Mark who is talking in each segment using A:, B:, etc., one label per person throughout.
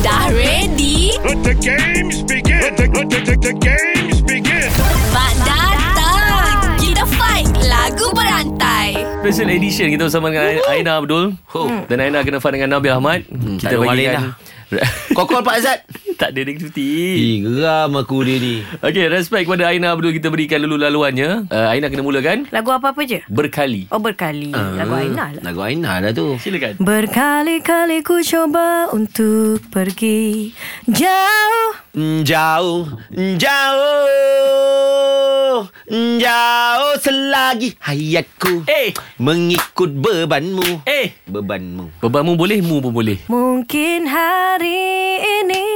A: Dah ready?
B: Let the games begin. Let the, let the, the, the games begin.
A: Mak datang! Kita fight lagu berantai.
C: Special edition kita bersama dengan Aina Abdul Hmm. Dan Aina kena faham dengan Nabil Ahmad
D: Hmm,
C: kan-
D: tak ada Walid Kau call Pak Azad
C: Tak ada dia cuti
D: Ih, geram aku dia ni
C: Okay respect kepada Aina Abdul Kita berikan dulu laluannya uh, Aina kena mulakan
E: Lagu apa-apa je?
C: Berkali
E: Oh berkali Lagu Aina lah
D: Ah. Lagu Aina lah tu
C: Silakan
E: Berkali-kali ku coba untuk pergi jauh
D: Jauh Jauh Jauh selagi hayatku
C: Eh.
D: Mengikut bebanmu
C: Eh
D: Bebanmu
C: Bebanmu boleh Mu pun boleh
E: Mungkin hari ini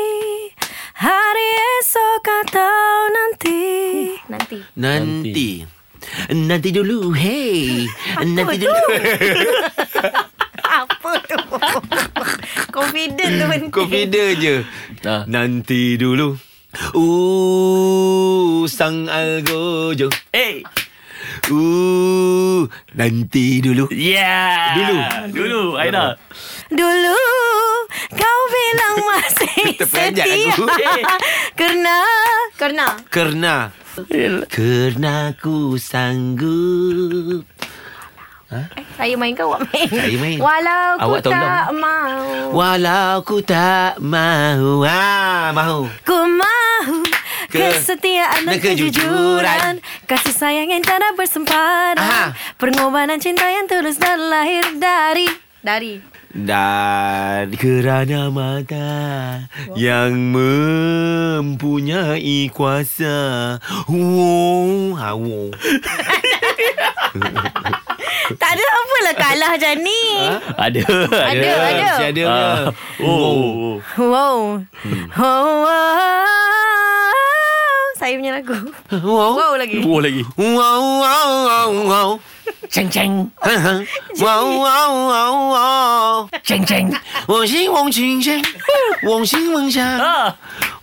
E: Hari esok atau nanti
D: Nanti Nanti dulu Hey Nanti dulu
E: Apa tu? Confident tu penting
D: Confident je
C: Ah.
D: Nanti dulu Uh, sang algojo.
C: Eh
D: Uh, nanti dulu.
C: Yeah
D: Dulu.
C: Dulu Aina
E: Dulu kau bilang masih
D: Terperanjat
E: setia
D: aku.
E: Kerana Kerana
D: Kerana Kerana ku sanggup
E: Eh, Saya main kau awak main
D: Saya main.
E: Walau
D: Awak lah.
E: ku
D: tolong.
E: tak mau
D: Walau ku tak mahu ha, Mahu
E: Ku mahu
D: Ke-
E: Kesetiaan dan
D: dan kejujuran.
E: kejujuran Kasih sayang yang tak ada
D: Aha.
E: bersempadan Pengorbanan cinta yang tulus dan lahir dari Dari
D: Dan kerana mata Yang mempunyai kuasa Wow ha, wow.
E: Tak ada apalah kalah macam ni
C: Ada
E: Ada, ada.
D: Si ada
C: Ah.
D: punya. Wow.
C: Oh
E: Wow oh, wow Saya punya lagu
D: Wow
E: Wow lagi
C: Oh lagi
D: Wow wow wow wow
C: Ceng ceng
D: Wow wow wow wow
C: Ceng ceng
D: 我是王群生，王星王霞。
C: Ah.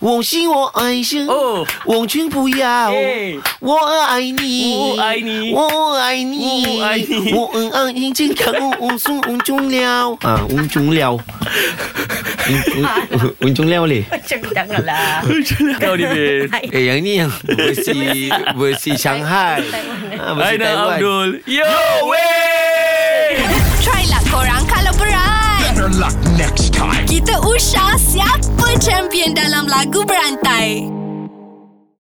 D: 我心我爱心，
C: 哦。
D: 王群不要，
C: 哎。
D: 我爱你，
C: 我爱你，
D: 我爱你，
C: 我爱你。
D: 我很爱你，健康，我送我中了，啊，我中了，我中了嘞。
E: Macam janganlah
C: Kau ni Bin
D: Eh, yang ni yang versi versi Shanghai. Ah, versi
C: Aina
D: Taiwan.
C: Abdul Yo way
A: Try lah korang kalau berat.
B: Better luck next time.
A: Kita usah siapa champion dalam lagu berantai.